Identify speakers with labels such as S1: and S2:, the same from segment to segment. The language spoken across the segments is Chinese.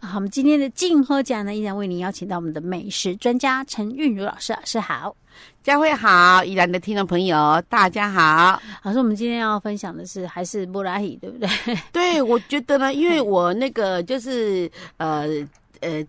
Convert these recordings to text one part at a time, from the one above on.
S1: 好，我们今天的静喝家呢，依然为您邀请到我们的美食专家陈韵如老师，老师好。
S2: 佳慧好，宜兰的听众朋友大家好。
S1: 老师，我们今天要分享的是还是布拉提，对不对？
S2: 对，我觉得呢，因为我那个就是呃呃，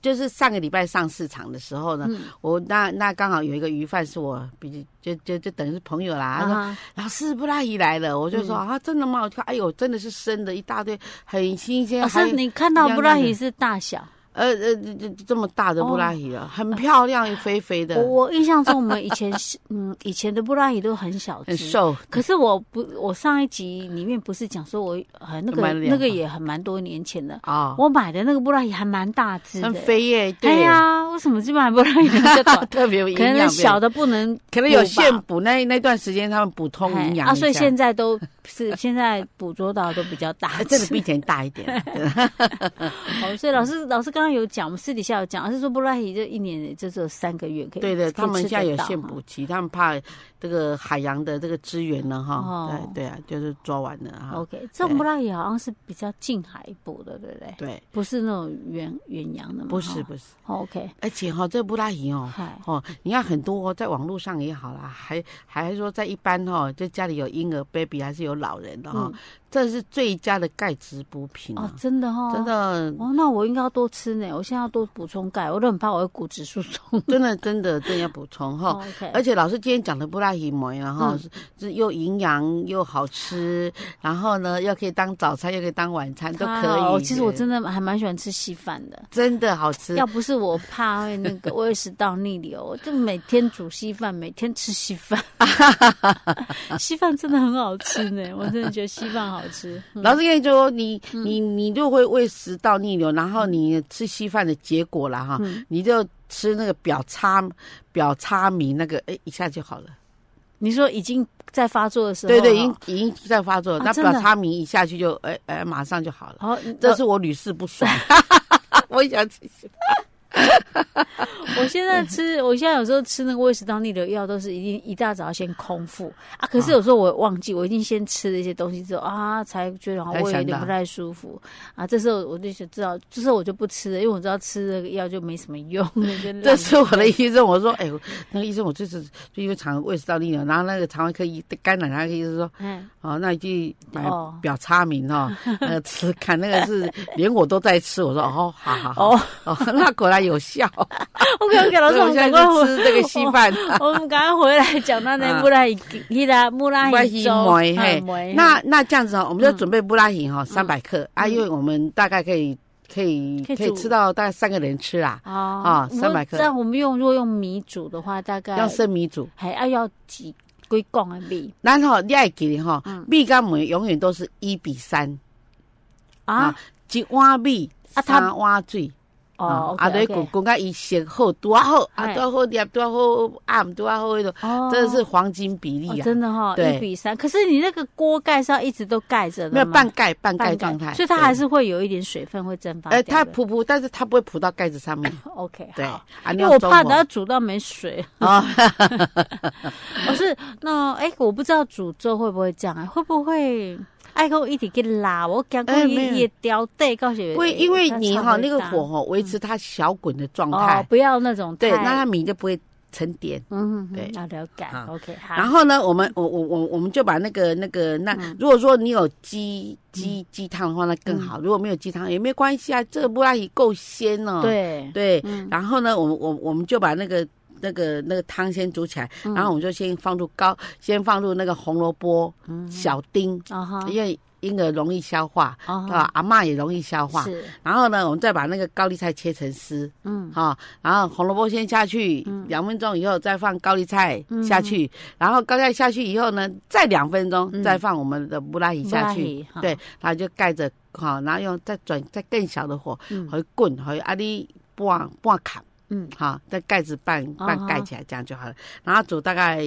S2: 就是上个礼拜上市场的时候
S1: 嗯
S2: 呢，我那那刚好有一个鱼贩是我比就就就等于是朋友啦，他说、
S1: 啊，嗯
S2: 老师布拉提来了，我就说、啊真的吗？我就看哎呦真的是生的一大堆，很新鲜，
S1: 老
S2: 还
S1: 师，你看到
S2: 一样
S1: 布拉
S2: 那
S1: 提
S2: 个
S1: 是大 小？
S2: 呃呃这这这么大的布拉提了，很漂亮，肥肥的
S1: 哦我，我印象中我们以前是嗯，以前的布拉提都很小
S2: 很
S1: 只。
S2: 瘦。
S1: 可是我不，我上一集里面不是讲说我呃那个
S2: 买了两
S1: 那个
S2: 包
S1: 也很蛮多年前的，
S2: 啊，
S1: 我买的那个布拉提还蛮大只的，
S2: 很肥耶，
S1: 哎
S2: 对，
S1: 呀，为什么基本上不让人家短？
S2: 特别有营
S1: 可
S2: 养
S1: 能
S2: 不
S1: 小的不能补吧，
S2: 可能有现补，那那段时间他们补充
S1: 哎
S2: 营养
S1: 啊，所以
S2: 一下
S1: 现在都是 现在捕捉到都比较大
S2: 哎真的比以前 大一点，
S1: 哦。所以老师老师刚刚有讲，我们私底下有讲，老师说布拉提就一年就只有三个月可以
S2: 对的，
S1: 可以
S2: 他们
S1: 吃
S2: 现在
S1: 得
S2: 有
S1: 到
S2: 现
S1: 哈
S2: 补期，他们怕这个海洋的这个资源呢，哈
S1: 哦，
S2: 对对啊，就是抓完了哈，
S1: OK，这种布拉提好像是比较近海捕的，对不对？
S2: 对，
S1: 不是那种远远洋的嘛？
S2: 不
S1: 哈
S2: 是不是，
S1: OK，
S2: 而且哈，这布拉 鱼哦。
S1: 嗨，
S2: 哦，你看很多、哦、在网络上也好啦，还还说在一般哦，就家里有婴儿、baby 还是有老人的哈、哦
S1: 嗯
S2: 这是最佳的钙质补品
S1: 哦
S2: 啊，，
S1: 真的哦，
S2: 真。的
S1: 哦，那我应该要多吃呢，我现在要多补充钙，我都很怕我会骨质疏松。
S2: 真的真的真的要补充哈、
S1: OK，
S2: 哦而且老师今天讲的布拉提馍然
S1: 嗯
S2: 后啊是是又营养又好吃，然后呢又可以当早餐，又可以当晚餐都
S1: 太
S2: 可
S1: 好了
S2: 以。
S1: 啊哦其实我真的还蛮喜欢吃稀饭的，
S2: 真的好吃
S1: 要。不是我怕会那个胃食道逆流，我就每天煮稀饭，每天吃稀 饭。稀饭真的很好吃呢，我真的觉得稀饭好吃。嗯
S2: 老师跟你说，你你你就会胃食道逆流，然后你吃稀饭的结果了哈，
S1: 嗯
S2: 你就吃那个表叉表叉米那个，哎，一下就好了。
S1: 你说已经在发作的时候，
S2: 对对，已经已经在发作了，
S1: 啊
S2: 那
S1: 真的哦
S2: 表叉米一下去就哎哎马上就好了。
S1: 好，
S2: 这
S1: 这
S2: 是我屡试 不爽，我也想吃稀饭。
S1: 我现在吃，我现在有时候吃那个胃食道逆流药，都是一定一大早要先空腹啊。可是有时候我也忘记，我一定先吃了一些东西之后啊，才觉得好像
S2: 才
S1: 胃有
S2: 想
S1: 点
S2: 到
S1: 不太舒服啊。这时候我就想知道，这时候我就不吃了，因为我知道吃那个药就没什么用。就浪
S2: 这是我的
S1: 费
S2: 医生，我说，哎、我那个医生，我就是就因为肠胃食道逆流，然后那个肠胃科医肝胆那个医生说，
S1: 哎
S2: 哦，那你去买
S1: 哦
S2: 表差明哦，那个吃看那个是连我都在吃，我说哦，好好好，
S1: 哦
S2: 哦，那果然有效。
S1: ，OK OK，老师，我
S2: 所以我
S1: 们赶
S2: 现在
S1: 快
S2: 就
S1: 回，
S2: 吃这个稀饭。
S1: 我们赶快回来讲 到那
S2: 啊
S1: 木拉伊，那个木拉
S2: 布拉
S1: 伊
S2: 提
S1: 粥，
S2: 梅
S1: 哎
S2: 嘿
S1: 梅
S2: 那那这样子哦，我们就准备布拉提哈三百克啊，
S1: 嗯
S2: 因为我们大概可以可以
S1: 可以
S2: 可以
S1: 煮
S2: 吃到大概三个人吃啦，
S1: 哦
S2: 啊
S1: 我们
S2: 300克
S1: 这样我们用如果用米煮的话，大概
S2: 要生米煮。
S1: 还要要几几公的米
S2: 然后你爱记得哈
S1: 嗯，
S2: 米跟梅永远都是一比三。
S1: 啊
S2: 啊？一碗米，
S1: 啊
S2: 啊，
S1: 它
S2: 三碗水，
S1: 哦，
S2: 啊，对，滚滚到伊熟好，拄啊好，
S1: 嘿
S2: 啊，拄啊好粒，拄啊好暗，拄啊好迄种，
S1: 哦，
S2: 真的是黄金比例
S1: 哦
S2: 啊，
S1: 真的哈，
S2: 对
S1: 一比三。可是你那个锅盖是要一直都盖着的吗，
S2: 没有半盖半
S1: 半
S2: 盖状态，
S1: 所以它还
S2: 对，
S1: 是会有一点水分会蒸发掉的。
S2: 哎，它扑扑，但是它不会扑到盖子上 面，
S1: OK
S2: 对，
S1: 好
S2: 啊，
S1: 因为
S2: 你要
S1: 我
S2: 中
S1: 怕
S2: 火
S1: 等下煮到没水。
S2: 啊，
S1: 我是那哎，我不知道煮粥会不会这样啊？会不会爱跟我一起去拉？我讲过
S2: 哎没有
S1: 也掉对，告诉你，
S2: 因为因为你哈那个
S1: 它差不多
S2: 火哈维持它小滚的状
S1: 大哦
S2: 态，，
S1: 不要那种
S2: 对，
S1: 太
S2: 那它米就不会沉淀。
S1: 嗯，嗯
S2: 对
S1: 嗯要了解
S2: 啊。
S1: OK，好，嗯
S2: 然后呢，我们我我我我们就把那个那个那，如果说你有鸡鸡鸡汤的话，那更
S1: 嗯
S2: 好；如果没有鸡汤也没关系啊，这个布拉提够鲜哦。
S1: 对，
S2: 对
S1: 嗯，
S2: 然后呢，我们我我们就把那个那个那个汤先煮起来，
S1: 嗯
S2: 然后我们就先放入高，先放入那个红萝卜
S1: 嗯
S2: 小丁，
S1: 啊哈，
S2: 因为婴儿容易消化
S1: 啊哈
S2: 啊，阿嬷也容易消化。
S1: 是，
S2: 然后呢，我们再把那个高丽菜切成丝，
S1: 嗯，
S2: 哈、然后红萝卜先下去，两、分钟以后再放高丽菜
S1: 嗯
S2: 下去，然后高丽菜下去以后呢，再两分钟、
S1: 嗯
S2: 再放我们的布拉提下去，
S1: 布拉提
S2: 对，然后就盖着哈，然后用再转再更小的火
S1: 嗯
S2: 去滚，去啊你拌拌砍，
S1: 嗯，
S2: 好，那盖子半半
S1: 啊哈
S2: 盖起来，这样就好了。然后煮大概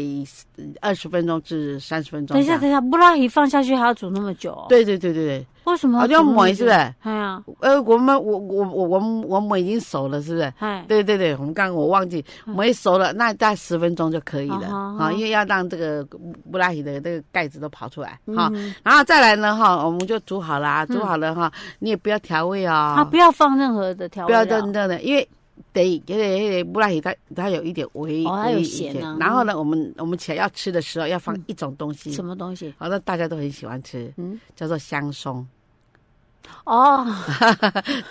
S2: 二十分钟至三十分钟
S1: 等一
S2: 这
S1: 下，
S2: 样。
S1: 等一下，布拉提放下去还要煮那么久、哦？，
S2: 对对对对对，哦
S1: 为什么
S2: 好
S1: 要
S2: 像
S1: 哦煮那么
S2: 抹
S1: 久
S2: 是不？是？
S1: 哎呀，
S2: 呃，我们我我我我们我们已经熟了，是不是？
S1: 哎，
S2: 对对对，我们刚刚我忘记，我们熟了，那大概十分钟就可以了
S1: 嗯啊哈
S2: 啊，因为要让这个布拉提的那个盖子都跑出来哈。
S1: 嗯，
S2: 然后再来呢哈，我们就煮好了啊，煮好了哈，你也不要调味啊，
S1: 啊，不要放任何的调
S2: 不
S1: 味啊
S2: 要
S1: 料，
S2: 真的呢，因为得有点有点布拉提它它有一点微，
S1: 哦它有
S2: 微
S1: 咸啊嗯
S2: 然后呢，我们我们起来要吃的时候要放一种东西，
S1: 什么东西？
S2: 好，那大家都很喜欢吃，
S1: 嗯，
S2: 叫做香 松，
S1: 哦，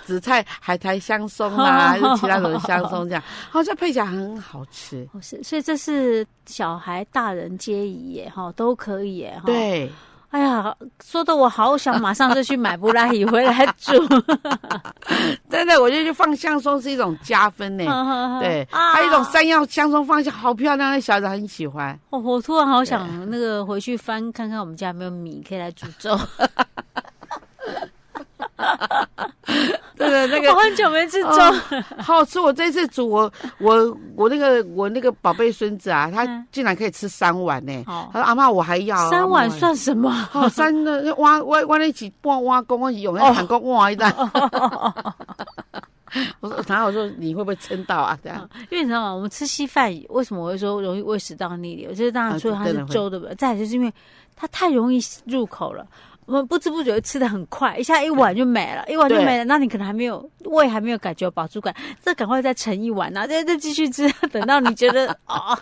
S2: 紫菜海苔香松啦，还是其他种香松这样，好像配起来很好吃。
S1: 哦是，所以这是小孩、大人皆宜耶，哈，都可以耶，哈。，
S2: 对，
S1: 哎呀，说的我好 想马上就去买布拉提回来煮，
S2: 真的，我觉得就放香松是一种加分 呢。对，
S1: 啊
S2: 还有一种山药香松放下，好漂亮，那小孩子很喜欢。
S1: 我哦我突然好想那个回去翻看看我们家有没有米可以来煮粥，
S2: 对对，那 哦
S1: 我很久没吃粥，
S2: 好好吃！我这次煮我我我那个我那个宝贝孙子啊，他
S1: 嗯
S2: 竟然可以吃三碗呢、
S1: 哦
S2: 他说：“阿妈，我还要啊
S1: 三碗。
S2: 阿嬷
S1: 算什么？哦
S2: 我还要”哦，三个挖挖挖在一起，半挖公，我用那喊公挖一单。 我说， 然后我说你会不会撑到啊？这样
S1: 因为你知道吗？我们吃稀饭为什么我会说容易胃食道逆流？就是当
S2: 啊
S1: 然除了它
S2: 真
S1: 是
S2: 的会
S1: 粥的本，再来就是因为它太容易入口了。我们不知不觉吃的很快，一下一碗就没了，一碗就没了。那你可能还没有胃还没有感觉有饱足感，再赶快再盛一碗啊，再再继续吃，等到你觉 得哦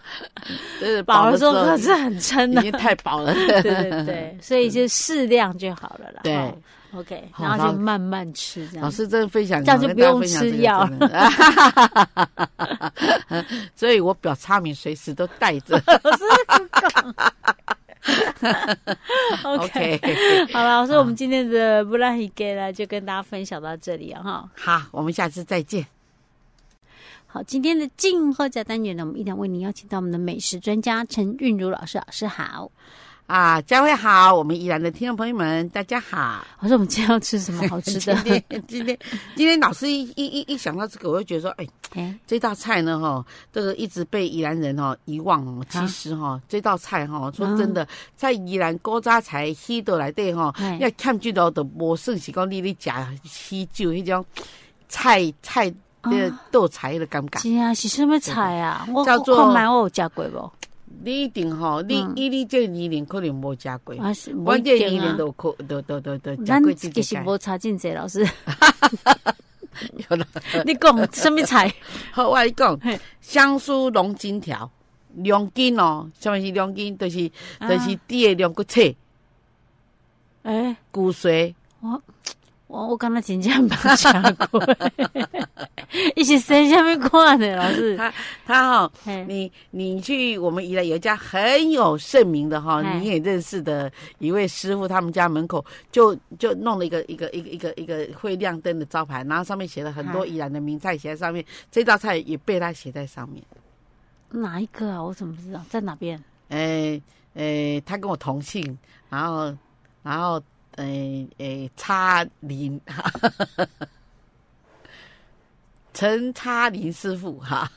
S2: 就是
S1: 饱了之后可
S2: 已
S1: 是很撑的
S2: 经。太饱了。
S1: 对对 对，所以就适量就好了啦。
S2: 对
S1: 哦，OK，
S2: 好
S1: 然后
S2: 然
S1: 就
S2: 后
S1: 慢慢吃这样
S2: 老。师真的分享，
S1: 这样就不用吃药
S2: 了。 所以我表差明随时都带 着。OK，
S1: 好了，所以我们今天的布拉提给呢，就跟大家分享到这里啊哈。
S2: 好，我们下次再见。
S1: 好，今天的静候家单元呢，我们依然为您邀请到我们的美食专家陈韵如老师，老师好。
S2: 啊，佳慧好，我们宜兰的听众朋友们，大家好。
S1: 老师，我们今天要吃什么好吃的？
S2: 今天今天今天老师一一一一想到这个，我就觉得说，哎，
S1: 哎，
S2: 这道菜呢，哈，这个一直被宜兰人哈遗忘哦。其实哈，这道菜哈，说真
S1: 嗯
S2: 的，在宜兰古早菜稀豆来底哈
S1: 哎，
S2: 要欠这道都无算是讲你咧食稀酒迄种菜菜的豆菜的感觉。
S1: 今天哦是什么菜啊？我
S2: 叫做
S1: 我看卖我有吃过不？
S2: 你一定哈，你
S1: 嗯
S2: 以你这个年龄可能无食过，
S1: 啊，是
S2: 我
S1: 不一
S2: 这个
S1: 定
S2: 年龄
S1: 啊。
S2: 都可都都都都食
S1: 咱
S2: 过这
S1: 其实
S2: 个。
S1: 无差真济，老师，
S2: 有啦
S1: 你讲什么菜？
S2: 好，我跟你讲
S1: 嘿，
S2: 香酥龙筋条，龙筋哦，什么是龙筋？就是
S1: 啊
S2: 就是猪的龙骨切
S1: 哎，
S2: 骨髓，
S1: 我我刚才真正没吃过， 伊是生下面看的，老 师。
S2: 它它哈。
S1: 嘿
S2: 你你去我们宜兰有一家很有盛名的哈，
S1: 哎
S2: 你也认识的一位师傅，他们家门口就就弄了一个一个一个一个一个会亮灯的招牌，然后上面写了很多
S1: 哎
S2: 宜兰的名菜写在上面，这道菜也被他写在上面。
S1: 哪一个啊？我怎么知道在哪边？
S2: 诶诶，哎他跟我同姓，然后然后诶诶，差林，陈差林师傅哈，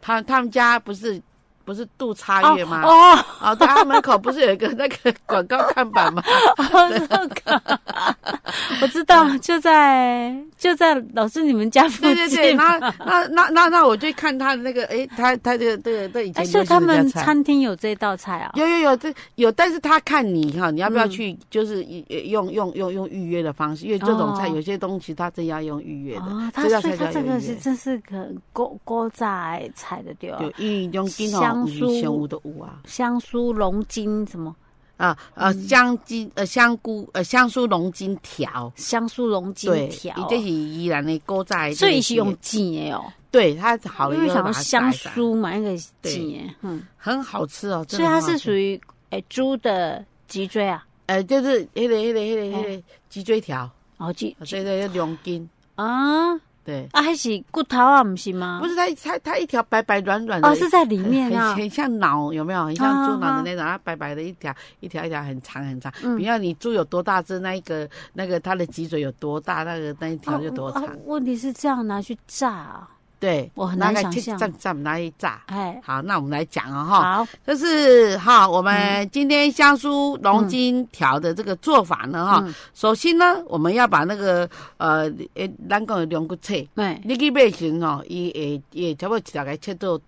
S2: 他他们家不是不是杜差月吗？
S1: 哦，哦
S2: 哦，对，他门口不是有一个那个广告看板吗？
S1: 我知道， 我知道，就在就在老师你们家附
S2: 嗯对
S1: 近。
S2: 对对，那那那那那，我就看他的那个，诶，他他这个这个这以前
S1: 哎，
S2: 流
S1: 所以
S2: 行
S1: 他
S2: 的家
S1: 们
S2: 菜
S1: 餐厅有这道菜啊？
S2: 有有有，这有，但是他看你哈，你要不要
S1: 嗯
S2: 去，就是一呃用用用用预约的方式，因为这种菜
S1: 哦
S2: 有些东西它真要用预约的，
S1: 哦，他
S2: 这道
S1: 所
S2: 菜
S1: 以他
S2: 叫
S1: 这
S2: 圆
S1: 个是
S2: 圆
S1: 真是个锅锅炸菜的对吧？
S2: 有一用金哦
S1: 香
S2: 龙
S1: 酥
S2: 五香五的五啊
S1: 香酥龙筋什么？
S2: 啊呃
S1: 嗯
S2: 香鸡呃香菇呃香酥龙筋条，
S1: 香酥龙筋
S2: 对，
S1: 条
S2: 你
S1: 啊，
S2: 这是依然的勾在，
S1: 所以是用煎的哦，
S2: 对它好了
S1: 因为
S2: 以后
S1: 想
S2: 把
S1: 要
S2: 它
S1: 香
S2: 炸一炸，
S1: 酥嘛，那个是煎的，嗯，
S2: 很好吃哦，
S1: 所以它是属
S2: 于
S1: 于哎猪的脊椎啊，
S2: 呃就是黑的黑的黑的黑的脊椎条，
S1: 哦脊
S2: 所以它叫龙筋，
S1: 啊
S2: 对，
S1: 啊还是骨头啊，不是吗？
S2: 不是它它它一条白白软软的
S1: 哦，是在里面
S2: 很
S1: 啊，
S2: 很像脑，有没有？很像猪脑
S1: 啊
S2: 的那种，它白白的一条一条一条，很长很长。
S1: 嗯
S2: 你看你猪有多大只，那一个那个它的脊椎有多大，那个那一条就多
S1: 啊
S2: 长
S1: 啊。问题是这样拿去炸啊、
S2: 对，
S1: 我很难
S2: 拿来
S1: 想
S2: 去
S1: 象
S2: 炸炸拿来炸。
S1: 哎，
S2: 好，那我们来讲哦哈，
S1: 好，嗯
S2: 就是哈，我们今天香酥龙筋条的这个做法呢哈，
S1: 嗯
S2: 首先呢，我们要把那个呃，诶，咱讲的龙骨切，
S1: 哎，
S2: 你去买的时阵吼，伊会伊会差不多一大概切做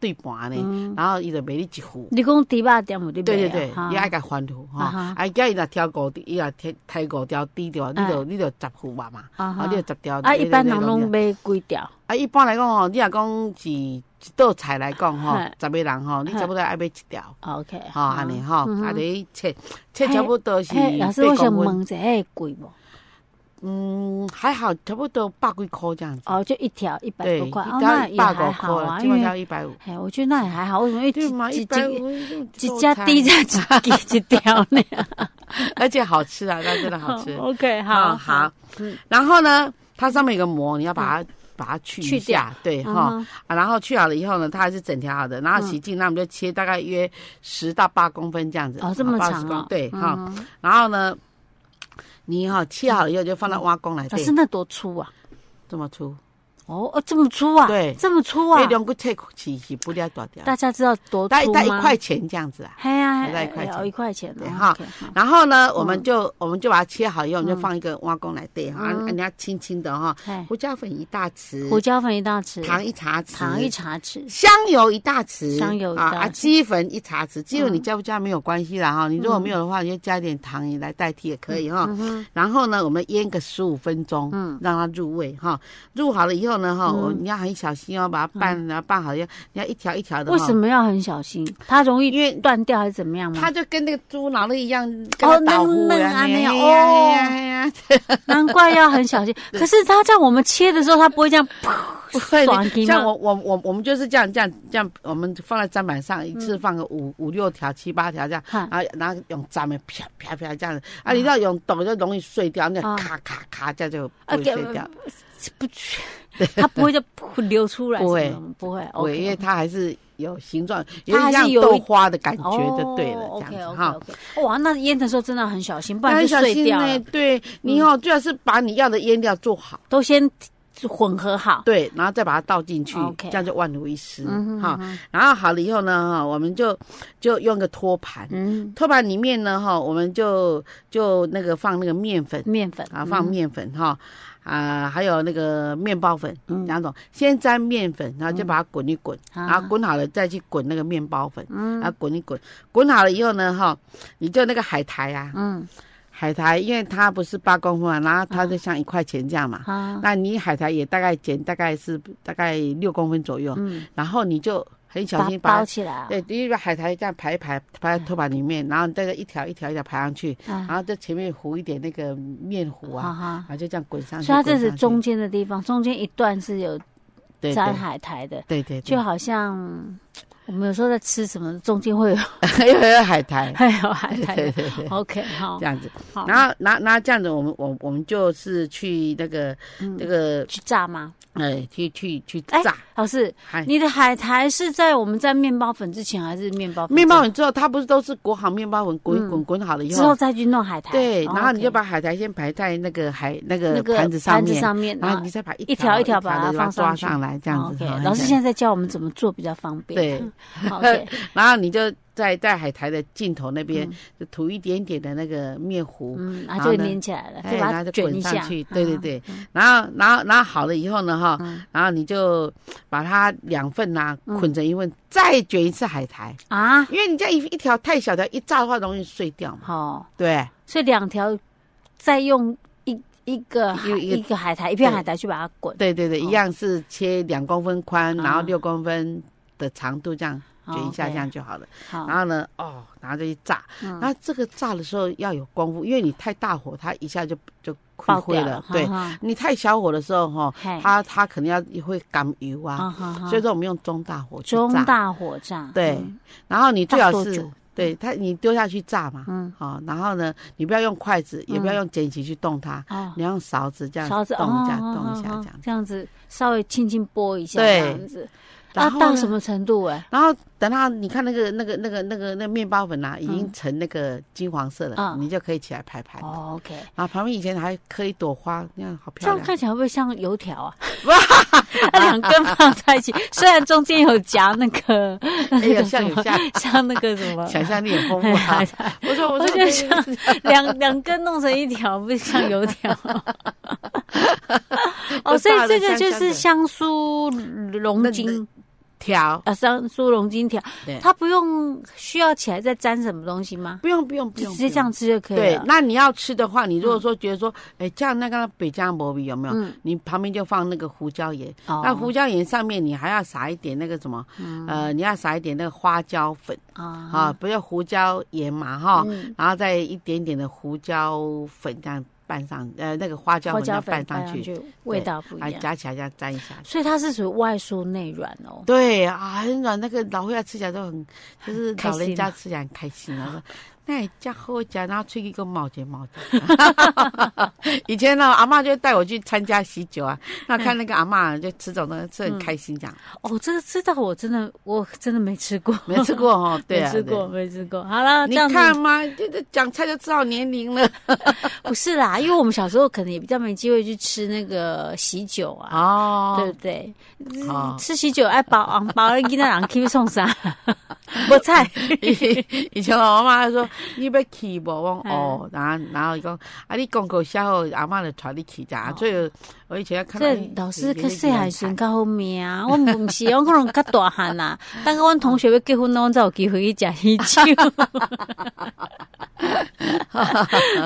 S2: 对半呢，
S1: 嗯
S2: 然后伊就卖你一副。
S1: 你讲猪肉店有对不
S2: 对对
S1: 对
S2: 对，伊爱甲翻糊吼，
S1: 啊哈哎
S2: 啊，叫伊若挑五，伊若挑挑五条低条，你就你就十副嘛嘛，
S1: 啊
S2: 啊，
S1: 哈
S2: 你就十条。
S1: 啊，
S2: 你
S1: 一
S2: 就
S1: 般
S2: 你
S1: 人
S2: 就
S1: 拢
S2: 两条
S1: 买几条？
S2: 啊，一般来讲吼，你若讲是一道菜来讲吼
S1: 嘿，
S2: 十个人吼，你
S1: 嘿
S2: 差不多爱买一条，
S1: 啊 OK，
S2: 吼，安尼吼，
S1: 嗯哼
S2: 啊，你切切差不多是
S1: 哎，老师，我
S2: 八
S1: 想
S2: 公分，
S1: 问一下，哎，贵不？
S2: 嗯，还好，差不多百几块这样子。
S1: 哦，就一条一百
S2: 对，
S1: 多
S2: 一
S1: 块，哦，
S2: 条
S1: 那
S2: 一
S1: 也
S2: 百
S1: 还
S2: 五块
S1: 好
S2: 了，
S1: 啊，
S2: 基
S1: 因
S2: 本上
S1: 为
S2: 一百五。
S1: 哎，我觉得那也还好，为什么一
S2: 对嘛，一
S1: 几
S2: 百
S1: 几
S2: 五，
S1: 几家低价几几一条呢？
S2: 而且好吃啊，那真的好 吃。
S1: OK，
S2: 啊
S1: 哦好
S2: 好，
S1: 嗯
S2: 然后呢，它上面有个膜，你要把它把它去一
S1: 去掉
S2: 下，对
S1: 嗯
S2: 哈
S1: 哼。嗯
S2: 啊然后去好了以后呢，它还是整条好的，然后洗净，那我们就切大概约十到八公分这样子。
S1: 哦，这么
S2: 啊
S1: 长
S2: 80公
S1: 哦
S2: 分，对
S1: 嗯
S2: 哈。
S1: 哼
S2: 然后呢，你哈切好了以后就放到挖工来，
S1: 老
S2: 对
S1: 师，那多粗啊？
S2: 这么粗。
S1: 哦哦，这么粗啊？
S2: 对
S1: 这么粗啊
S2: 这？两个切起起不了多掉，
S1: 大家知道多
S2: 大概
S1: 粗
S2: 大概
S1: 吗？
S2: 一块，钱这样子啊。
S1: 嘿呀，
S2: 大概一块钱
S1: 要一块钱哦
S2: 对哈
S1: OK，好
S2: 然后呢，我们
S1: 嗯
S2: 就我们就把它切好以后，我们就
S1: 嗯
S2: 放一个挖工来对哈，
S1: 嗯
S2: 啊你要轻轻的哈，
S1: 嘿
S2: 胡椒粉一大匙，
S1: 胡椒粉一大匙，
S2: 糖一茶匙，
S1: 糖一茶匙，
S2: 香油一大匙，
S1: 香油一大匙
S2: 啊啊，鸡粉一茶匙，鸡粉
S1: 嗯
S2: 你加不加没有关系啦哈，你如果没有的话，你就加一点糖也来代替也可以哈。然后呢，我们腌个十五分钟，
S1: 嗯
S2: 让它入味哈。入好了以后呢，哈，
S1: 嗯
S2: 我你要很小心哦，把它拌，然后拌好以后，你要一条一条的。
S1: 为什？么要很小心？它容易
S2: 因为
S1: 断掉还是怎么样吗
S2: 它？就 跟那个猪脑那一样，跟它倒糊
S1: 哦嫩嫩
S2: 呀，
S1: 啊那样
S2: 哎呀
S1: 哦
S2: 哎呀，
S1: 难怪要很小心。可是它在我们切的时候，它不会这 样噗
S2: 不会
S1: 爽皮吗
S2: 像我我我我们就是这样这样这样，我们放在砧板上一次放个五五六条七八条这样，
S1: 嗯哈
S2: 然后然后用砧板啪啪啪这样子，啊，你知道用抖就容易碎掉，那
S1: 啊
S2: 咔咔咔这样就不
S1: 啊
S2: 会碎掉，
S1: 不，它不会就噗流出来，
S2: 不会
S1: 不会
S2: 对，因为
S1: ，OK。
S2: 它还是有形状，有
S1: 它还
S2: 点
S1: 是
S2: 像
S1: 有
S2: 豆
S1: 一
S2: 花的感觉
S1: 哦
S2: 就对了，这
S1: OK
S2: 样子
S1: OK
S2: 哈。
S1: OK，哇，那腌的时候真的很小心，不
S2: 要
S1: 然
S2: 很
S1: 就
S2: 小
S1: 碎
S2: 心
S1: 掉
S2: 呢
S1: 了。，嗯
S2: 对你哦，最好是把你要的腌料做好，
S1: 都先混合好。
S2: 对，然后再把它倒进去，
S1: OK
S2: 这样就万无一失
S1: 嗯哼
S2: 哈。然后好了以后呢，哈，我们就就用个托盘，
S1: 嗯，
S2: 托盘里面呢，哈，我们就就那个放那个面粉
S1: 面粉
S2: 啊，放面粉哈，啊、还有那个面包粉
S1: 嗯
S2: 两种，先沾面粉，然后就把它滚一滚，
S1: 嗯
S2: 然后滚好了再去滚那个面包粉，然后滚一滚，滚好了以后呢，哈，你就那个海苔啊，
S1: 嗯
S2: 海苔，因为它不是八公分啊，然后它就像一块钱这样嘛，
S1: 啊
S2: 那你海苔也大概剪大概是大概六公分左右，
S1: 嗯，
S2: 然后你就很小
S1: 把
S2: 心
S1: 它
S2: 把它
S1: 包起来啊。
S2: 对，第一个海苔这样排一排，排在托盘里面，然后这个一条一条一条排上去，
S1: 啊
S2: 然后在前面糊一点那个面糊
S1: 哈
S2: 啊，
S1: 哈
S2: 然，后就这样滚上去。
S1: 所以它这
S2: 滚
S1: 是
S2: 上去
S1: 中间的地方，中间一段是有
S2: 对
S1: 沾海苔的，
S2: 对对，
S1: 就好像我们有时候在吃什么，中间会有，
S2: 又有海苔
S1: 还有海苔
S2: 对
S1: 的。
S2: 对对，
S1: OK，好
S2: 这，样子。
S1: 好，
S2: 然后，然后，然后这样子，我们我我们就是去那个那个
S1: 去炸吗？
S2: 呃，去去去
S1: 嗯哎
S2: 炸，
S1: 老师，
S2: 嗨
S1: 你的海苔是在我们蘸面包粉之前，还是面包粉
S2: 面包粉之后，它不是都是裹好面包粉，滚一滚滚好了以
S1: 嗯之后
S2: 后，
S1: 再去弄海苔？
S2: 对，
S1: 哦
S2: 然后你就
S1: OK
S2: 把海苔先排在那个海那个
S1: 那个
S2: 盘子上面，
S1: 上面，啊
S2: 然
S1: 然
S2: 后
S1: 后
S2: 你再把一
S1: 一条
S2: 一
S1: 一条
S2: 把
S1: 把它放
S2: 抓
S1: 上去
S2: 上来，这样子。
S1: 哦 OK，
S2: 哈
S1: 老师
S2: 这样
S1: 现在在教我们怎么做比较方便。
S2: 对，
S1: ，OK，
S2: 然后你就在在海苔的尽头那边就涂一点点的那个面糊，
S1: 嗯，然后
S2: 然后
S1: 就
S2: 呢
S1: 粘起来了，
S2: 哎，
S1: 就把
S2: 然后
S1: 它
S2: 就
S1: 卷
S2: 滚
S1: 一
S2: 上
S1: 下。
S2: 去。对对
S1: 嗯，
S2: 对，然后然后然后好了以后呢，哈，
S1: 嗯
S2: 然后你就把它两份呐
S1: 嗯
S2: 捆成一份，再卷一次海苔，
S1: 啊，
S2: 因为你这样一一条太小条一炸的话容易碎掉嘛。
S1: 好，
S2: 对
S1: 所以两条再用一一个海
S2: 一个一个
S1: 一个海苔，一片
S2: 对
S1: 海苔去把它滚。
S2: 对对对，
S1: 哦
S2: 一样是切两公分宽，然后
S1: 啊
S2: 六公分的长度这样
S1: 好
S2: 卷一下，
S1: 哦，OK，
S2: 这样就好了。
S1: 好
S2: 然，后呢，哦，然后就去炸。
S1: 啊嗯
S2: 那这个炸的时候要有功夫，因为你太大火，它一下就就亏
S1: 爆
S2: 灰
S1: 掉
S2: 了。
S1: 哈
S2: 对，
S1: 哈
S2: 你太小火的时候哈
S1: 嘿，
S2: 它它可能要会赶油啊，
S1: 哈哈
S2: 所以说我们用中大火去
S1: 中
S2: 炸。
S1: 大火炸，
S2: 对
S1: 嗯
S2: 然后你最
S1: 炸
S2: 好
S1: 多
S2: 是
S1: 久
S2: 对它，你丢下去炸嘛。
S1: 嗯，
S2: 好、然后呢，你不要用筷子，也不要
S1: 嗯
S2: 用剪起去动它，
S1: 哦，
S2: 你要用勺子这样
S1: 勺子
S2: 动一下，
S1: 哦
S2: 动一下
S1: 哦哦
S2: 这样。
S1: 这样子稍微轻轻拨一下，
S2: 对
S1: 这样子，要
S2: 然后
S1: 到
S2: 呢
S1: 什么程度哎、
S2: 然后等到你看那个那个那个那个那个面包粉啊，已经成那个金黄色了，
S1: 嗯
S2: 你就可以起来排排。
S1: 哦 OK，
S2: 然后旁边以前还刻一朵花，那样好
S1: 这
S2: 漂
S1: 样
S2: 亮。
S1: 看起来会不会像油条啊？那两根放在 一起，虽然中间有夹那个，
S2: 哎有像有像，
S1: 像那个什么，
S2: 想象力很丰富 啊！我说我
S1: 我
S2: 说
S1: 觉得像两两根弄成一条，不像油 条。哦，所以这个就是香酥龙筋
S2: 条，
S1: 啊，香酥龙筋条
S2: 对，
S1: 它不用需要起来再沾什么东西吗？
S2: 不用不用不
S1: 就
S2: 用，
S1: 直接这样吃啊就可
S2: 不用。
S1: 以
S2: 对
S1: 了，。
S2: 那你要吃的话，你如果说觉得说，哎，这样那个北疆薄饼有没有
S1: 嗯？
S2: 你旁边就放那个胡椒盐，
S1: 哦嗯
S2: 那胡椒盐上面你还要撒一点那个什么，呃，你要撒一点那个花椒粉
S1: 啊，
S2: 啊，不要胡椒盐嘛哈，
S1: 嗯
S2: 然后再一点点的胡椒粉这样拌上，呃，那个花椒
S1: 花
S2: 粉这
S1: 椒
S2: 样
S1: 粉
S2: 拌
S1: 拌
S2: 上
S1: 上
S2: 去，
S1: 去，味道不一
S2: 啊，
S1: 样。
S2: 加起来这样沾一下。
S1: 所以它是属于外酥内软哦。
S2: 对啊，很软，那个老人家吃起来都很，就是
S1: 开
S2: 老人
S1: 心
S2: 家
S1: 啊
S2: 吃起来很开心啊。 说那你家喝家，然后吹一个毛尖毛尖。 以前呢，阿妈就带我去参加喜酒啊，那看那个阿妈就吃这种东西，吃得很开心这样。
S1: 哦，这个知道我真的我真的没吃过，
S2: 没吃过哦，对
S1: 没
S2: 啊，
S1: 吃
S2: 对
S1: 过，。没吃过。好了，这
S2: 你
S1: 样子
S2: 看嘛，这这讲菜就知道年龄了。
S1: 不是啦，因为我们小时候可能也比较没机会去吃那个喜酒啊，
S2: 哦，
S1: 对不对？
S2: 哦
S1: 吃喜酒哎爱包红包，囡仔人去送啥？ 菠菜，
S2: 以以前我妈妈说你要去无，我讲哦，然后然后伊讲啊，你功课写好，阿妈就带你去咋？所以我以前要看到
S1: 这
S2: 你
S1: 老师
S2: 你
S1: 去细汉时
S2: 你
S1: 较好命啊，我唔是，我可能较大汉啊啦。等到阮同学要结婚了，我才有机会去食喜酒。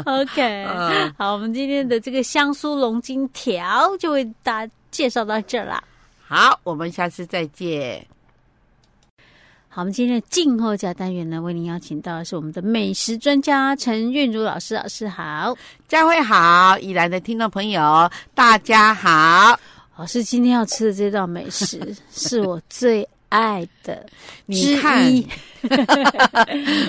S1: OK，
S2: 嗯
S1: 好，我们今天的这个香酥龙筋条就为大家介绍到这儿啦。
S2: 好，我们下次再见。
S1: 好，我们今天的静候家单元呢，为您邀请到的是我们的美食专家陈韵如老师，老师好。
S2: 佳慧好，宜兰的听众朋友大家好，
S1: 老师今天要吃的这道美 食是我最爱的
S2: 你
S1: 之
S2: 看
S1: 一，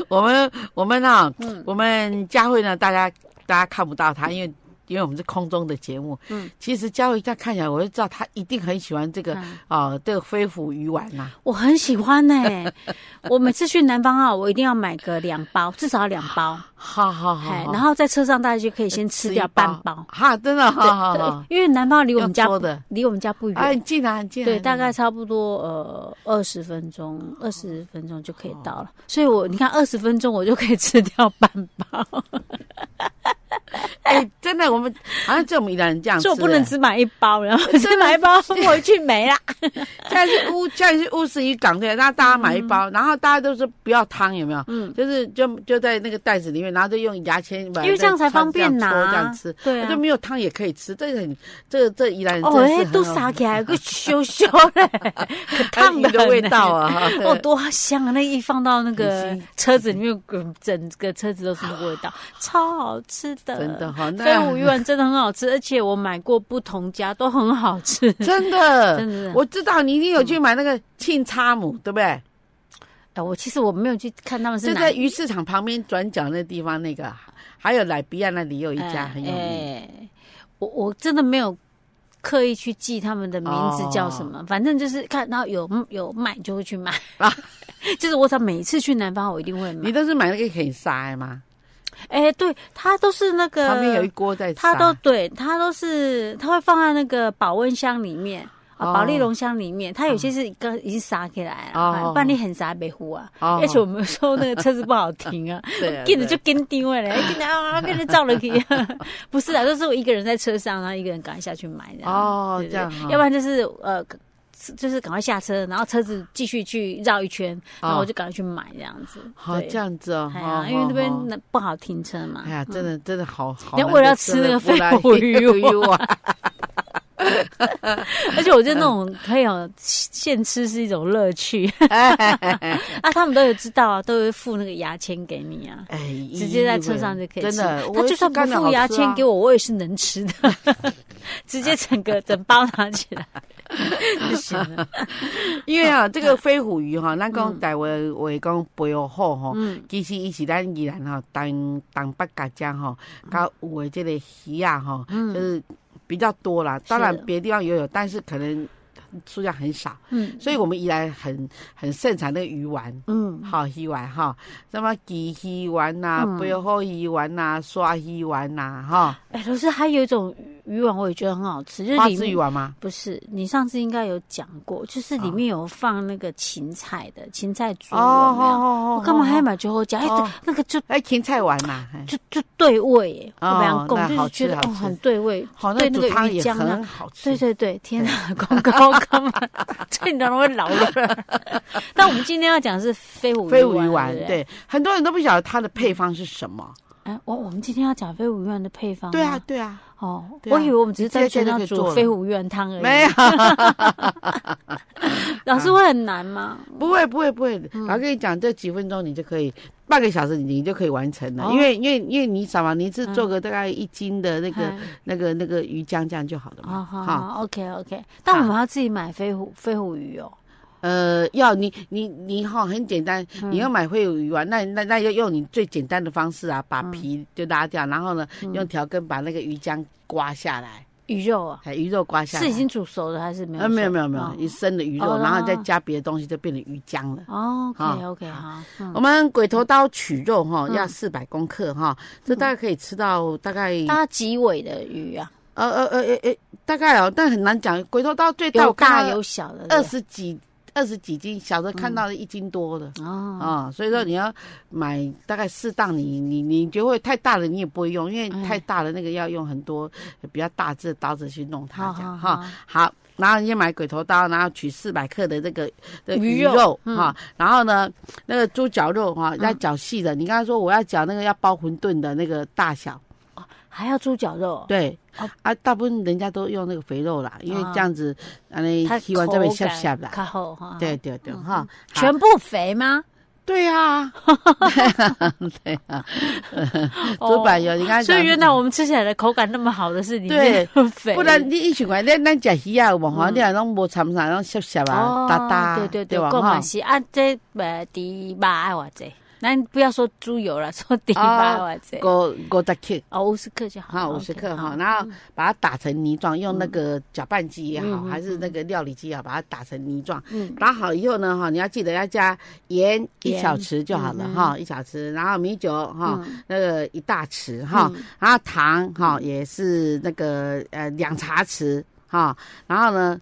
S2: 我们我们呢、我们佳慧呢，大家大家看不到她，因为。因为我们是空中的节目，
S1: 嗯，
S2: 其实佳慧她看起来，我就知道她一定很喜欢这个
S1: 嗯
S2: 哦，这个飞虎鱼丸呐、
S1: 我很喜欢呢、我每次去南方啊，我一定要买个两包，至少要两包，
S2: 好好好
S1: 哎，
S2: 好，呃
S1: 然后在车上大家就可以先吃掉半
S2: 吃一
S1: 包，
S2: 哈，真的，好好
S1: 对
S2: 好，
S1: 因为南方离我们家
S2: 用搓的
S1: 离我们家不远，
S2: 啊，很近啊，很近啊，
S1: 对，
S2: 很
S1: 大
S2: 近
S1: 概差不多呃二十分钟，二十分钟就可以到了。所以我你看二十分钟我就可以吃掉半包，
S2: 哎，真的，我们好像只有我们一个人这样吃，
S1: 所以我不能
S2: 哎
S1: 只买一包，然后只买一包
S2: 啊
S1: 回去没啦。
S2: 现在是乌，现在是乌石鱼港对，那大家买一包，然后大家都说不要汤，有没有？
S1: 嗯，
S2: 就是就就在那个袋子里面，然后就用牙签把那个汤，
S1: 因为这样才方便
S2: 这样搓这
S1: 拿
S2: 样吃。，
S1: 对啊
S2: 就。没有汤也可以吃，这个很，这个这宜兰人
S1: 哦，
S2: 真是
S1: 哎，
S2: 很
S1: 都
S2: 好
S1: 撒起来，个羞羞嘞，可烫
S2: 哎鱼的
S1: 很
S2: 味
S1: 呢
S2: 道。啊！ 哈
S1: 哦，，多香啊！那一放到那
S2: 很
S1: 个
S2: 新
S1: 车子里面，嗯整个车子都是那个味道，超好吃嗯的。
S2: 真的哈，
S1: 飞
S2: 那
S1: 虎鱼丸真的很好吃，而且我买过不同家都很好吃。
S2: 真的，
S1: 真的真的
S2: 我知道你一定有去买那个庆叉母，对不对？
S1: 哎，我其实我没有去看他们是
S2: 就
S1: 哪
S2: 在鱼市场旁边转角那地方，那个还有莱比亚那里有一家
S1: 哎
S2: 很有名。
S1: 哎我我真的没有刻意去记他们的名字叫什么，反正就是看到有有买就会去 买。就是我想每次去南方，我一定会
S2: 你
S1: 买。
S2: 都是买那个可以杀的吗？
S1: 哎，对，它都是那个
S2: 旁边有一锅在杀。
S1: 呃它都对，它都是它会放在那个保温箱里面。啊，
S2: 哦
S1: 保利龙箱里面，它有些是刚已经撒起来了，
S2: 哦
S1: 不然你很撒北湖啊。
S2: 哦
S1: 而且我们说那个车子不好停啊，
S2: 对 啊
S1: 跟着
S2: 对
S1: 就跟丢了，跟着啊，跟着照了去。 不是啊，都是我一个人在车上，然后一个人赶快下去买的。
S2: 哦
S1: 对对
S2: 这样哦
S1: 要不然就是呃，就是赶快下车，然后车子继续去绕一圈，然后我就赶快去买这样子。
S2: 好
S1: 对
S2: 这，样子哦
S1: 哎，呀
S2: 哦，
S1: 因为那
S2: 哦
S1: 边
S2: 哦
S1: 那不好停车嘛
S2: 哎。呀，真的真的好好
S1: 你
S2: 难
S1: 看
S2: 得。
S1: 为了要吃那个啊
S2: 真的
S1: 飞虎鱼丸
S2: 丸，
S1: 而且我觉得那种可以有现吃是一种乐趣
S2: 哎
S1: 啊，他们都有知道啊，都有付那个牙签给你啊，
S2: 哎，
S1: 直接在车上就可以吃。
S2: 真的，
S1: 他就算不付牙签给
S2: 我
S1: 我，我也是能吃啊的， 直接整个整包拿起来 就行了。
S2: 也是干得好吃啊，因为啊，这个飞虎鱼哈，咱讲台湾话讲背后好哈，
S1: 嗯，
S2: 其实伊是咱宜兰吼，东东北各家吼，甲有的这嗯个鱼啊吼，就是比较多啦。当然
S1: 是
S2: 别的地方也有，但是可能数量很少，
S1: 嗯
S2: 所以我们宜兰很很盛产那个鱼丸。
S1: 嗯，
S2: 好鱼丸哈，什么鲫鱼丸呐、
S1: 嗯
S2: 背后鱼丸呐、刷鱼丸啊呐、哈，
S1: 哎，老师还有一种鱼丸，我也觉得很好吃，就是
S2: 花
S1: 里
S2: 枝鱼
S1: 面
S2: 丸吗？
S1: 不是你上次应该有讲过，就是里面有放那个芹菜的芹菜猪，有没有
S2: 哦
S1: 我干嘛还
S2: 买？
S1: 买酒后加？哎，
S2: 哦
S1: 这那个就
S2: 哎，芹菜丸呐、哎
S1: 就就对味耶，我
S2: 哦
S1: 们俩
S2: 那
S1: 共就
S2: 好
S1: 是
S2: 吃
S1: 觉得
S2: 好
S1: 哦
S2: 吃
S1: 很对味。
S2: 好，
S1: 对
S2: 那
S1: 那
S2: 煮
S1: 个
S2: 汤
S1: 鱼
S2: 也
S1: 浆
S2: 很
S1: 呢
S2: 好吃。
S1: 对对对，天哪， 广告干嘛？这你都会老了。 但我们今天要讲的是飞虎
S2: 飞舞鱼丸
S1: 丸，，不，
S2: 对，很多人都不晓得它的配方是什么。
S1: 哎，我我们今天要讲飞虎鱼丸的配方吗。
S2: 对啊，对啊，
S1: 哦，
S2: 对啊
S1: 我以为我们只是单纯
S2: 你
S1: 要
S2: 直接就可以做
S1: 煮
S2: 了
S1: 飞虎鱼丸汤而已。
S2: 没有，
S1: 老师会很难吗？
S2: 不会，不会，不会。
S1: 嗯
S2: 然后跟你讲，这几分钟你就可以，半个小时你就可以完成了，
S1: 哦
S2: 因为因为因为你什么，你是
S1: 嗯
S2: 做个大概一斤的 那个
S1: 哎
S2: 那个那个鱼浆这样就好了
S1: 好
S2: 嘛。
S1: 好好，OK OK。但我们要自己买飞虎飞虎鱼哦。
S2: 呃，要你你你哈，很简单，
S1: 嗯
S2: 你要买会有鱼丸，那那那要用你最简单的方式啊，
S1: 嗯
S2: 把皮就拉掉，然后呢，用条根把那个鱼浆刮下来，
S1: 鱼肉啊，
S2: 哎，鱼肉刮下来。
S1: 是已经煮熟了还是没有
S2: 呃，
S1: 熟？
S2: 没有没有没有
S1: 哦，
S2: 一生的鱼
S1: 哦
S2: 肉，然后再
S1: 哦
S2: 加别的东西，就变成鱼浆了。
S1: 哦
S2: 啊
S1: ，OK OK，好，
S2: 我
S1: 嗯
S2: 们鬼头刀取肉哈，
S1: 嗯
S2: 要四百公克哈，这大概可以吃到大概
S1: 它几尾的鱼啊？
S2: 呃呃呃呃呃，大概哦，但很难讲。鬼头刀最大
S1: 有
S2: 我
S1: 大
S2: 看到呃
S1: 有小的，对
S2: 二
S1: 不
S2: 十几二十几斤，小时候看到的一斤多的
S1: 对哦，
S2: 啊，所以说你要买大概适当，你你你就会太大了你也不会用，因为
S1: 哎
S2: 太大了那个要用很多比较大只的刀子去弄
S1: 好
S2: 它这
S1: 好
S2: 样哈。
S1: 好，
S2: 好，然后你就买鬼头刀，然后取四百克的这个的
S1: 鱼
S2: 鱼
S1: 肉
S2: 肉
S1: 嗯
S2: 哈、然后呢，那个猪脚肉哈、要绞细的。你刚才说我要绞那个要包馄饨的那个大小，
S1: 还要猪脚肉，
S2: 对、
S1: 哦
S2: 啊，大部分人家都用那个肥肉啦，因为
S1: 啊
S2: 这样子，啊，你
S1: 它
S2: 希望这边
S1: 口
S2: 下
S1: 感啊嗯
S2: 下啦。
S1: 较好哈，
S2: 对
S1: 哈，
S2: 对对，哈、好
S1: 全部肥吗？
S2: 对啊，对啊， 猪板油，你刚才
S1: 哦所以
S2: 讲
S1: 原来我们吃起来的口感那么好的是里面
S2: 对
S1: 很肥，
S2: 不然你一想看，咱咱食鱼啊，有无吼？
S1: 嗯
S2: 你啊拢无掺啥，拢涩涩
S1: 哦
S2: 啊，哒哒，
S1: 对对对
S2: 对，吧
S1: 购
S2: 哈
S1: 买是啊，这呃第一把爱我这，那不要说猪油了，说第一把爱我这，
S2: 五五十克
S1: 哦，五十克就好
S2: 啊哈，
S1: 了，
S2: 五十
S1: OK，
S2: 克哈
S1: 好，嗯
S2: 然后把它打成泥状，用那个搅拌机也好，
S1: 嗯嗯
S2: 还是那个料理机也好，把它打成泥状。
S1: 嗯
S2: 打好以后呢，哈，你要记得要加盐一
S1: 盐
S2: 小匙就好了
S1: 嗯嗯
S2: 哈，一小匙，然后米酒哈，
S1: 嗯
S2: 那个一大匙哈，
S1: 嗯
S2: 然后糖哈也是那个呃两茶匙哈，然后呢，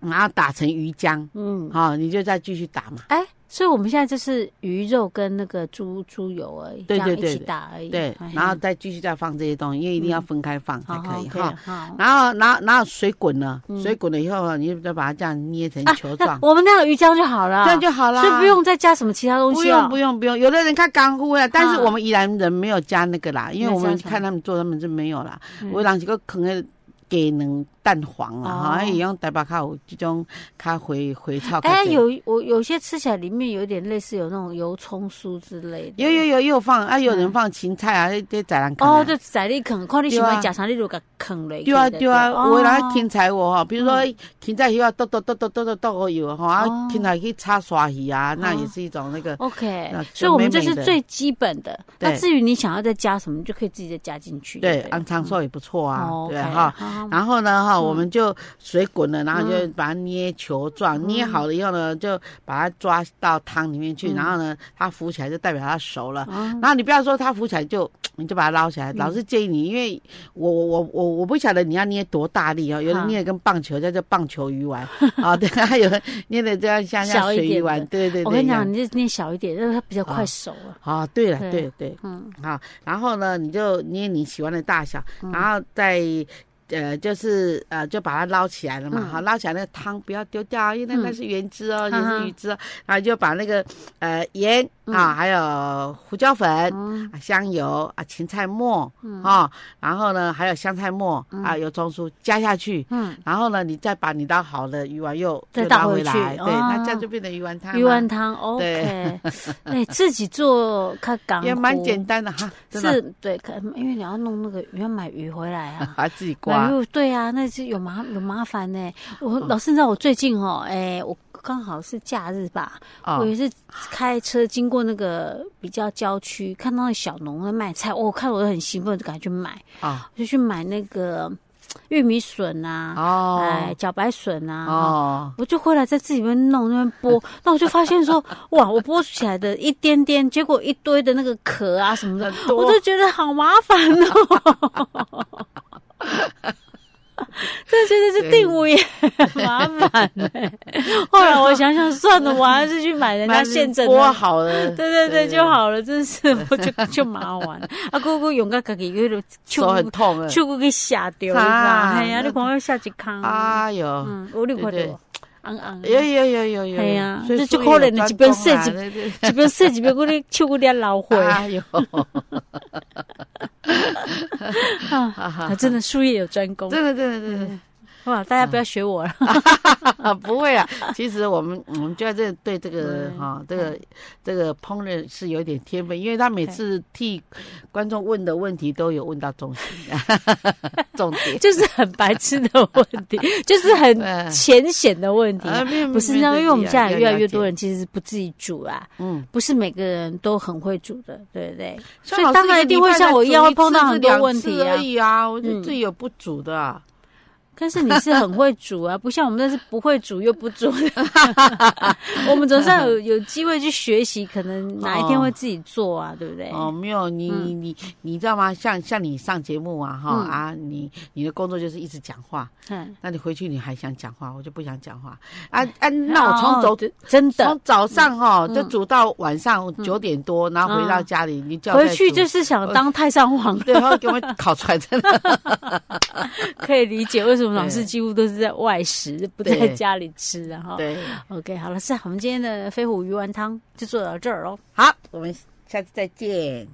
S2: 然后打成鱼浆，
S1: 嗯。
S2: 哈，你就再继续打嘛。
S1: 哎，所以我们现在就是鱼肉跟那个猪猪油而已，这
S2: 对
S1: 样
S2: 对对
S1: 一起打而已。
S2: 对
S1: 哎，嗯哦
S2: 然后再继续再放这些东西，因为一定要分开放才
S1: 好
S2: 可以
S1: 好
S2: 哈。
S1: 好。
S2: 然后，然后，然后水滚了，
S1: 嗯
S2: 水滚了以后啊，你就把它这样捏成
S1: 啊
S2: 球，状，
S1: 那我们那个鱼浆就好了，
S2: 这样就好啦。
S1: 所以啊不用再加什么其他东
S2: 不
S1: 西
S2: 用
S1: 了。
S2: 不用不用，有的人看干呼呀，但是
S1: 啊
S2: 我们宜兰人没有加那个啦，因为我
S1: 没有
S2: 们
S1: 加什么
S2: 看他们做，他们是没有啦。
S1: 嗯
S2: 我人是个坑的鸡卵蛋黄啦，
S1: 哦
S2: 哈，伊用台北较有这种较回回炒。
S1: 哎，有我有些吃起来里面有点类似有那种油葱酥之类的。
S2: 有有有也有放啊，有人
S1: 嗯
S2: 放芹菜啊，这这在人啃啊
S1: 哦，就宰你啃，看你喜欢加啥，你就给啃了。
S2: 对啊对啊，
S1: 哦
S2: 有的人芹菜我哈，比如说
S1: 嗯
S2: 芹菜鱼啊，剁剁剁剁剁剁剁个油哈，
S1: 哦
S2: 啊芹菜去炒沙鱼啊，那
S1: 哦
S2: 也是一种那个。
S1: OK，
S2: 那就
S1: 所以我们这
S2: 美美
S1: 是
S2: 的
S1: 最基本的。那
S2: 对
S1: 至于你想要再加什么，你就可以自己再加进去。
S2: 对，
S1: 了
S2: 安长寿也不错啊
S1: 哦，
S2: 对
S1: OK，
S2: 哈。
S1: 好
S2: 然后呢，哈，
S1: 嗯
S2: 我们就水滚了，然后就
S1: 嗯
S2: 把它捏球状，捏好了以后呢，就把它抓到汤里面去，
S1: 嗯
S2: 然后呢，它浮起来就代表它熟了。
S1: 哦
S2: 然后你不要说它浮起来就，你就把它捞起来。
S1: 嗯
S2: 老师建议你，因为我我我我我不晓得你要捏多大力哦，有
S1: 哈
S2: 人捏的跟棒球叫做棒球鱼丸啊，对，还有 人捏的这样像像
S1: 小一
S2: 水
S1: 点
S2: 鱼
S1: 的
S2: 丸，对对对。
S1: 我跟你
S2: 一
S1: 讲，
S2: 样，
S1: 你就念小一点，让它比较快
S2: 啊
S1: 熟了。
S2: 啊，对了，
S1: 对
S2: 对对，
S1: 嗯，
S2: 好，然后呢，你就捏你喜欢的大小，然后再。呃，就是呃，就把它捞起来了嘛，
S1: 嗯
S2: 好，捞起来那个汤不要丢掉啊，因为
S1: 嗯
S2: 那那是原汁哦，也
S1: 哈哈
S2: 是鱼汁哦，然后就把那个呃盐啊，
S1: 嗯
S2: 还有胡椒粉
S1: 嗯
S2: 啊、香油啊、芹菜末
S1: 嗯
S2: 啊，然后呢还有香菜末啊、油葱酥加下去，
S1: 嗯，
S2: 然后呢你再把你捞好的鱼丸又
S1: 再
S2: 又
S1: 倒
S2: 拿
S1: 回
S2: 回
S1: 去
S2: 来，对，
S1: 哦
S2: 那这样就变成鱼丸汤
S1: 鱼
S2: 啦
S1: 丸汤 OK，哎， 自己做看港
S2: 也蛮简单的哈，真的
S1: 是对，可因为你要弄那个，你要买鱼回来 啊。
S2: 还自己刮
S1: 买。鱼对啊，那是有麻有麻烦呢、我
S2: 嗯
S1: 老师，你知道我最近哦，哎、我刚好是假日吧，
S2: 哦啊
S1: 我也是开车经过那个比较郊区，哦看到那小农在卖菜，我、看我都很兴奋，就赶快去买，
S2: 啊
S1: 我就去买那个玉米笋啊，哎
S2: 哦，
S1: 茭白笋啊，
S2: 哦，
S1: 我就回来在自己那边弄那边剥，那我就发现说，哇，我剥起来的一点点，结果一堆的那个壳啊什么的，
S2: 很多
S1: 我就觉得好麻烦哦。这真的是定位也很麻烦、欸。后来我想想，算了，我还是去买人家现成
S2: 剥
S1: 的。
S2: 好了，
S1: 对对对，就，好了，真是我就就麻烦。啊，姑姑用个家己迄个
S2: 手很
S1: 手
S2: 痛啊，
S1: 手骨给下掉，你知道吗？
S2: 啊
S1: 哎呀，你看我下一空。
S2: 哎呦。
S1: 嗯，我啊六块
S2: 对对
S1: 多，昂昂，
S2: 有有有有有，
S1: 嘿啊
S2: 所以
S1: 这就
S2: 术
S1: 可
S2: 业
S1: 能
S2: 有
S1: 一边
S2: 专攻啊
S1: 设计
S2: 对对
S1: 一边说一边我咧手骨咧老火，
S2: 哎呦，
S1: 啊，真的术业有专攻，
S2: 真的真的真的。
S1: 哇，大家不要学我了，
S2: 啊，不会啊，其实我们我们就要这对这个
S1: 对
S2: 哈、这个这个烹饪是有点天分，因为他每次替观众问的问题都有问到 重心，重点。
S1: 就是很白痴的问 题，就是很
S2: 对
S1: 浅显的问题。
S2: 啊，没有没有
S1: 不是
S2: 没
S1: 那样，
S2: 有
S1: 因为
S2: 自
S1: 我们
S2: 己啊
S1: 家里越来越多，
S2: 要了
S1: 人其实是不自己煮啦，
S2: 解嗯，
S1: 不是每个人都很会煮的，对不对？ 所
S2: 老
S1: 以
S2: 师
S1: 当然
S2: 个
S1: 一定
S2: 礼
S1: 会
S2: 拜
S1: 像
S2: 才
S1: 我一
S2: 煮
S1: 样会
S2: 一
S1: 碰
S2: 次
S1: 到
S2: 至
S1: 很多
S2: 两
S1: 问
S2: 次
S1: 题啊
S2: 而。已啊，我就
S1: 嗯
S2: 自己有不煮的啊、
S1: 但是你是很会煮啊，不像我们那是不会煮又不煮 的。我们总是要有有机会去学习，可能哪一天会自己做啊，对不对？嗯
S2: 哦，没有你、你你知道吗？像像你上节目啊哈、啊，你你的工作就是一直讲话，
S1: 嗯，
S2: 那你回去你还想讲话，我就不想讲话啊啊！那我从早
S1: 哎哦真的
S2: 从早上哈、
S1: 嗯
S2: 就煮到晚上九点多，然后回到家里，你叫
S1: 回去就是是
S2: 呃
S1: 想当太上 皇，
S2: 对，然后给我们烤出 来，真的
S1: 可以理解为什么老师
S2: 对
S1: 几乎都是在外食，不在
S2: 对
S1: 家里吃啊。哈。
S2: 对。
S1: OK，好了，是啊我们今天的飞虎鱼丸汤就做到这儿喽。
S2: 好，我们下次再见。